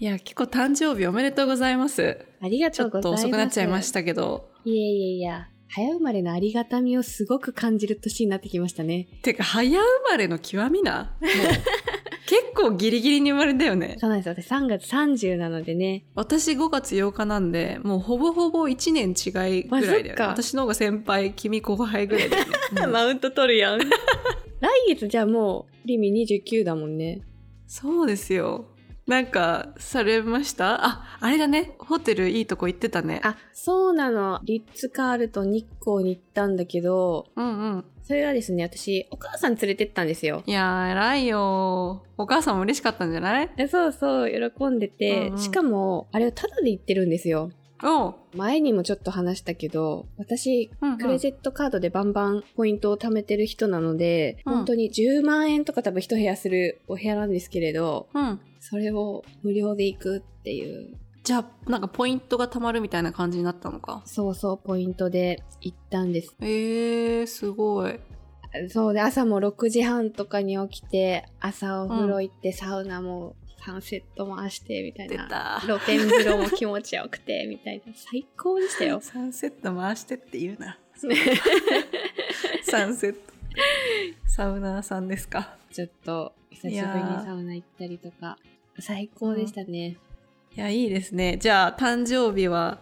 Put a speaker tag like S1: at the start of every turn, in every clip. S1: いや、結構誕生日おめでとうございます。
S2: ありが
S1: ち
S2: と
S1: ょ
S2: う
S1: っ
S2: ござ
S1: と
S2: います。。
S1: 遅くなっちゃいましたたけど。
S2: いやいやいや、早生まれのありがたみをすごく感じる年になってきましたね。
S1: てか、早生まれの極みな。もう結構ギリギリに生まれたよね。
S2: そうなんです。私3月30なので ね。
S1: 私5月8日なんで、もうほぼほぼ1年違いぐらいだよね。
S2: まあそっか
S1: 私の方が先輩、君後輩ぐらい だよね。うん
S2: ウント取るやん。 来月じゃあもう、リミ29だもんね。
S1: そうですよ。なんか、されましたあ、あれだね。ホテルいいとこ行ってたね。
S2: あ、そうなの。リッツカールと日光に行ったんだけど、
S1: うんうん。
S2: それはですね、私、お母さん連れてったんですよ。
S1: いやー、偉いよー。お母さんも嬉しかったんじゃない
S2: でそうそう、喜んでて、
S1: うんうん
S2: しかも、あれをタダで行ってるんですよ。
S1: おう。
S2: 前にもちょっと話したけど、私、
S1: うんうん
S2: クレジットカードでバンバンポイントを貯めてる人なので、
S1: うん
S2: 本当に10万円とか多分一部屋するお部屋なんですけれど、
S1: うん。
S2: それを無料で行くっていう、
S1: じゃあ、なんかポイントが貯まるみたいな感じになったのか。
S2: そうそうポイントで行ったんです。
S1: えー、すごい。
S2: そうで、朝も6時半とかに起きて、朝お風呂行って、サウナもサンセット回して、みたい
S1: 出
S2: な。
S1: た。。
S2: 露天風呂も気持ちよくて、みたいな。最高でしたよ
S1: サンセット回してって言うな。 サンセット。サウナーさんですか。
S2: ちょっと久しぶりにサウナ行ったりとか最高でしたね、
S1: いや、いいですね。じゃあ、誕生日は、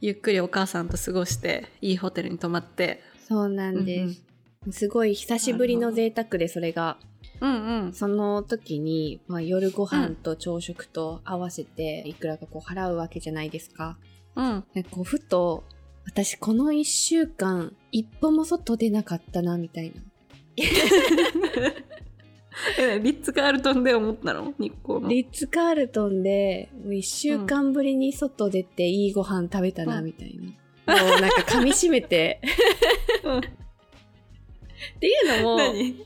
S1: ゆっくりお母さんと過ごして、いいホテルに泊まって。
S2: そうなんです、すごい久しぶりの贅沢でそれが
S1: うんうん。
S2: その時に、まあ、夜ご飯と朝食と合わせていくらかこう払うわけじゃないですか、
S1: うん。
S2: でこうふと私この1週間一歩も外出なかったなみたいな
S1: え、リッツ・カールトンで思ったの日光の。
S2: リッツ・カールトンで1週間ぶりに外出ていいご飯食べたな
S1: うん
S2: みたいな、もうなんか噛みしめて
S1: うん
S2: っていうのも
S1: 何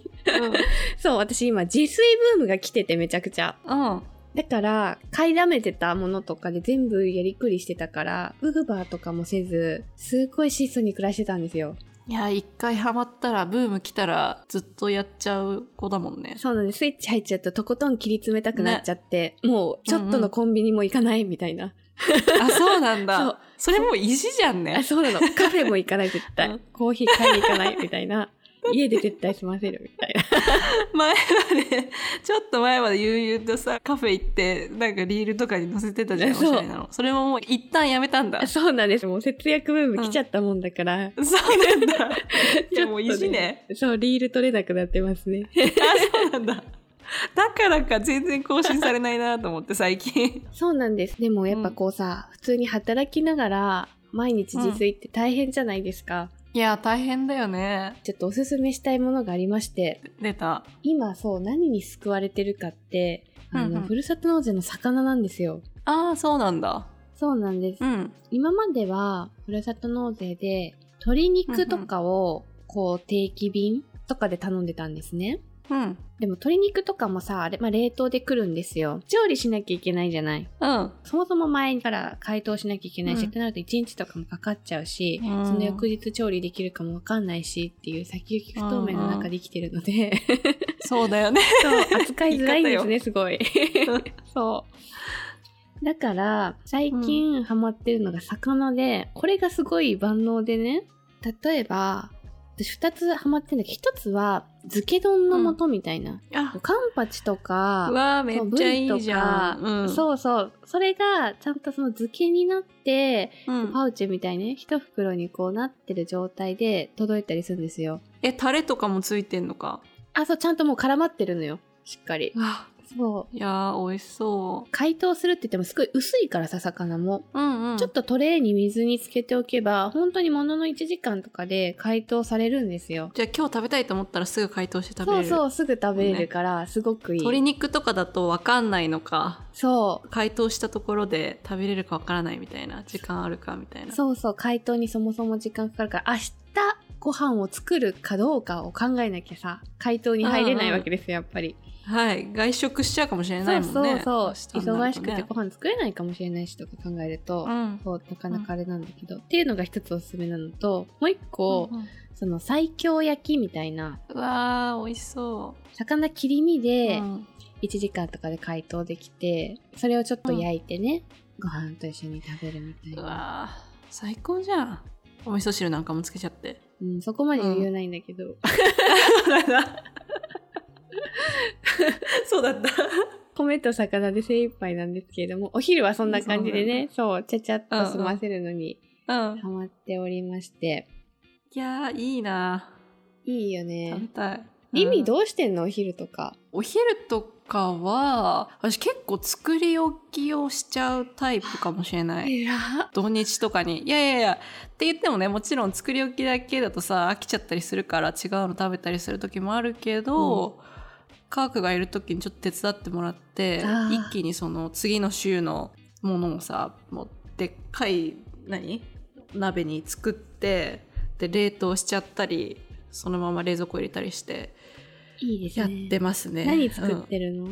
S2: そう、私今自炊ブームが来ててめちゃくちゃ。
S1: うん。うん。
S2: だから、買いだめてたものとかで全部やりくりしてたから、ウーバーとかもせず、すごい質素に暮らしてたんですよ。
S1: いや、一回ハマったら、ブーム来たら、ずっとやっちゃう子だもんね。
S2: そうなんです。スイッチ入っちゃうととことん切り詰めたくなっちゃって、もうちょっとのコンビニも行かないみたいな。
S1: あ、 そうなん
S2: そ
S1: だ
S2: う。
S1: それもう意地じゃんね
S2: あ、。そうなの。カフェも行かない絶対。
S1: うん
S2: コーヒー買いに行かないみたいな。家で絶対済ませるみたいな。
S1: 前まで、ちょっと前まで悠々とさ、カフェ行って、なんかリールとかに載せてたじゃん、お
S2: そう
S1: しゃれなの。それももう一旦やめたんだ。
S2: あ
S1: そ
S2: そうなんです。もう節約ブーム来ちゃったもんだから、
S1: うなん だ。
S2: とね
S1: でもう意地ね。
S2: そう、リール取れなくなってますね。
S1: あ、そうなんだ。だからか全然更新されないなと思って最近。
S2: そうなんです。でもやっぱこうさ、普通に働きながら毎日自炊って大変じゃないですか。
S1: いや、大変だよね。
S2: ちょっとおすすめしたいものがありまして、
S1: 出た。
S2: 今そう何に救われてるかって、あの、
S1: うんうん
S2: ふるさと納税の魚なんですよ。
S1: ああ、そうなんだ。
S2: そうなんです。
S1: うん。
S2: 今まではふるさと納税で鶏肉とかをこう定期便とかで頼んでたんですね。
S1: うん。
S2: でも鶏肉とかもさ、あれ、まあ、冷凍で来るんですよ。調理しなきゃいけないじゃない。
S1: うん。
S2: そもそも前から解凍しなきゃいけないし、
S1: うん
S2: ってなると1日とかもかかっちゃうし、
S1: うん
S2: その翌日調理できるかもわかんないしっていう先行き不透明の中で生きてるので、
S1: そうだよね。
S2: そう、扱いづらいんです
S1: 言
S2: ね、すごい。そう。だから、最近ハマってるのが魚で、これがすごい万能でね、例えば、私2つハマってるんだけど、1つは漬け丼の素みたいな。
S1: あ、
S2: カンパチとか、
S1: うわーめっちゃいいじゃん。うん、
S2: そうそう。それが、ちゃんとその漬けになって、
S1: うん
S2: パウチみたいにね、一袋にこうなってる状態で届いたりするんですよ。
S1: え、タレとかもついてんのか。
S2: あ、そう、ちゃんともう絡まってるのよ。しっかり。そう。
S1: いやー、美味しそ
S2: 解凍するって言ってもすごい薄いからさ、魚も。
S1: う。うんうん。
S2: ちょっとトレーに水につけておけば、本当にものの1時間とかで解凍されるんですよ。
S1: じゃあ今日食べたいと思ったらすぐ解凍して食べ
S2: そ
S1: れ
S2: う
S1: る。
S2: そう、すぐ食べれるから、すごくい
S1: 鶏
S2: い。
S1: 肉とかだとわかんないのか。
S2: そう。
S1: 解凍したところで食べれるかわからないみたいな。時間あるかみたいな。
S2: そうそう、解凍にそもそも時間かかるから、明日ご飯を作るかどうかを考えなきゃさ、解凍に入れないわけですよ、やっぱり。
S1: はい外食しちゃうかもしれ
S2: そ
S1: ないうもん
S2: そう
S1: ね
S2: そう、
S1: 明日にな
S2: 忙
S1: る
S2: し
S1: と
S2: く
S1: ね
S2: てご飯作れないかもしれないしとか考えると、
S1: うん
S2: そうなかなかあれなんだけど、っていうのが一つおすすめなのともう一個、
S1: うんうん
S2: その最強焼きみたいな
S1: うわー美味しそ
S2: 魚切り身
S1: う、
S2: で
S1: うん
S2: 1時間とかで解凍できてそれをちょっと焼いてね、ご飯と一緒に食べるみたいうな、
S1: わー最高じゃんお味噌汁なんかもつけちゃって
S2: うん、そこまで余裕ないんだけど、
S1: そうだなそうだった
S2: 米と魚で精一杯なんですけれどもお昼はそんな感じでねそうちゃちゃっと済ませるのに
S1: うん
S2: ハマっておりまして、
S1: いやーいいない
S2: いよ
S1: 食べ
S2: ね
S1: たい、
S2: リミ
S1: うん
S2: どうしてんのお昼とか
S1: お昼とかは私結構作り置きをしちゃうタイプかもしれない
S2: えらっ
S1: 土日とかにいやいやいやって言ってもねもちろん作り置きだけだとさ飽きちゃったりするから違うの食べたりする時もあるけど、カークがいる時にちょっと手伝ってもらって
S2: あー
S1: 一気にその次の週のものをさもうでっかい何鍋に作ってで冷凍しちゃったりそのまま冷蔵庫入れたりして
S2: いいです
S1: やっ
S2: ね
S1: てますね。
S2: 何作
S1: う
S2: っ
S1: ん
S2: てるの、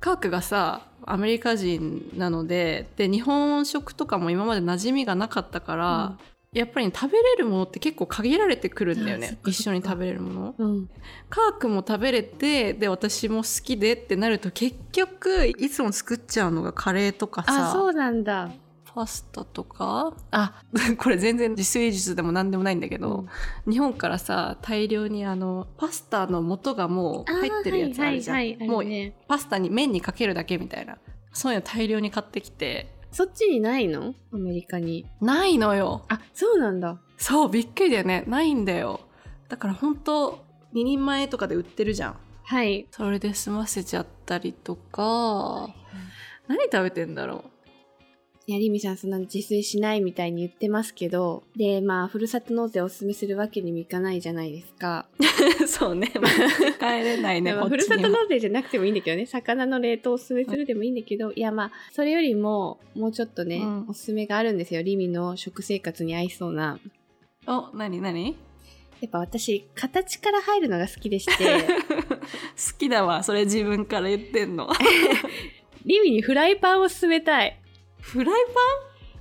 S1: カークがさアメリカ人なのでで日本食とかも今まで馴染みがなかったから、やっぱりね、食べれるものって結構限られてくるんだよ
S2: あそっ
S1: ね
S2: かそっか
S1: 一緒に食べれるもの。
S2: うん、
S1: カークも食べれてで私も好きでってなると結局いつも作っちゃうのがカレーとか
S2: あ
S1: さ
S2: そうなんだ
S1: パスタとかあ これ全然自炊術でも何でもないんだけど、日本からさ大量にあのパスタの素がもう入ってるやつあるじゃん。
S2: はいはいは
S1: も
S2: い、も
S1: う
S2: うね
S1: パスタに麺にかけるだけみたいなそういうの大量に買ってきて
S2: そっちにないのアメリカに
S1: ないのよ
S2: あそうなんだ
S1: そうびっくりだよねないんだよだから本当2人前とかで売ってるじゃん
S2: はい
S1: それで済ませちゃったりとか何食べてんだろ
S2: いやりみさんそんな自炊しないみたいに言ってますけどでまあふるさと納税おすすめするわけにもいかないじゃないですか、
S1: う そうねまあ帰れない ね
S2: ま
S1: こ
S2: あ
S1: っ
S2: ふる
S1: ち
S2: さ
S1: に
S2: と
S1: は
S2: 納税じゃなくてもいいんだけどね魚の冷凍おすすめするでもいいんだけどいやまあそれよりももうちょっとね、
S1: うん
S2: おすすめがあるんですよりみの食生活に合いそうな
S1: お何何
S2: やっぱ私形から入るのが好きでし
S1: 好
S2: て
S1: きだわそれ自分から言ってんの
S2: りみにフライパンを勧めたい
S1: フライ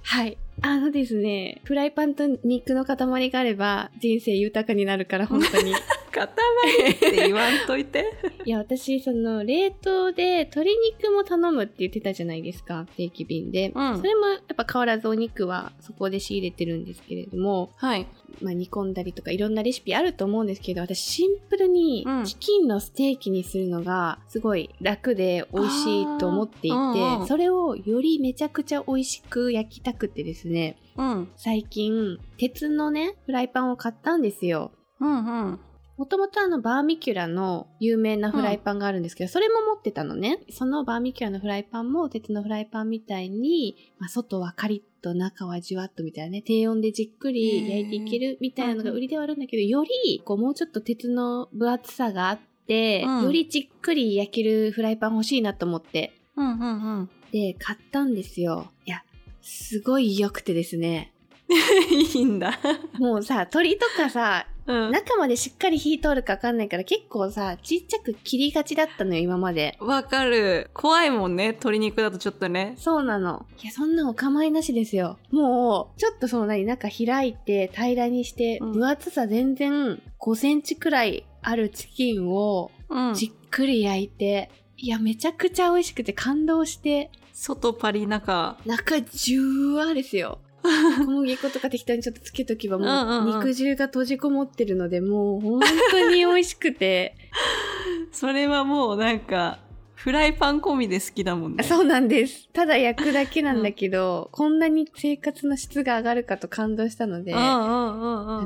S2: はい。あのですね、フライパンと肉の塊があれば人生豊かになるから、本当に。
S1: パン塊って言わんといて
S2: いや、私、その、冷凍で鶏肉も頼むって言ってたじゃないですか、定期便で。
S1: うん
S2: それも、やっぱ変わらずお肉はそこで仕入れてるんですけれども、
S1: はい
S2: まあ、煮込んだりとかいろんなレシピあると思うんですけど、私、シンプルに
S1: うん
S2: チキンのステーキにするのがすごい楽で美味しいと思っていて、
S1: あーうんうん
S2: それをよりめちゃくちゃ美味しく焼きたくてですね、
S1: うん
S2: 最近鉄のねフライパンを買ったんですよ
S1: うんうん
S2: もともとあのバーミキュラの有名なフライパンがあるんですけど、それも持ってたのねそのバーミキュラのフライパンも鉄のフライパンみたいに、まあ、外はカリッと中はじわっとみたいなね低温でじっくり焼いていけるみたいなのが売りではあるんだけどよりこうもうちょっと鉄の分厚さがあって、
S1: うん
S2: よりじっくり焼けるフライパン欲しいなと思って
S1: うんうんうん
S2: で買ったんですよいやすごい良くてですね
S1: いいんだ。
S2: もうさ鳥とかさ
S1: うん
S2: 中までしっかり火通るか分かんないから結構さちっちゃく切りがちだったのよ今まで
S1: わかる。怖いもんね。鶏肉だとちょっとね。
S2: そうなのいやそんなお構いなしですよもうちょっとその何中開いて平らにして、
S1: うん
S2: 分厚さ全然5センチくらいあるチキンを
S1: うん
S2: じっくり焼いて、いやめちゃくちゃ美味しくて感動して
S1: 外パリ中。
S2: 中ジュワーで すよ小麦粉とか適当にちょっとつけとけばも
S1: うんうん
S2: う
S1: うん
S2: 肉汁が閉じこもってるのでもう本当に美味しくて
S1: それはもうなんか、フライパン込みで好きだもんね。
S2: そうなんです。ただ焼くだけなんだけど、こんなに生活の質が上がるかと感動したので、
S1: うんうんうん
S2: あ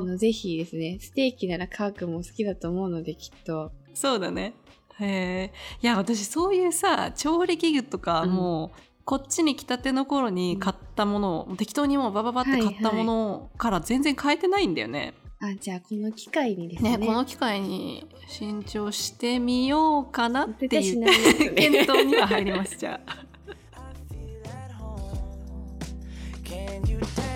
S1: うん。
S2: の、ぜひですね、ステーキならカー君も好きだと思うので、きっと。
S1: そうだね。へえ。いや、私そういうさ、調理器具とか、
S2: うん
S1: もう、こっちに来たての頃に買ったものを、適当にもうバババって買ったものから全然変えてないんだよね。
S2: あ、じゃあこの機会にですね。
S1: ねこの機会に新調してみようかなって
S2: 絶対
S1: い
S2: し
S1: う
S2: ないやつね
S1: 検討には入りますじゃあ。
S3: I feel at home. Can you tell?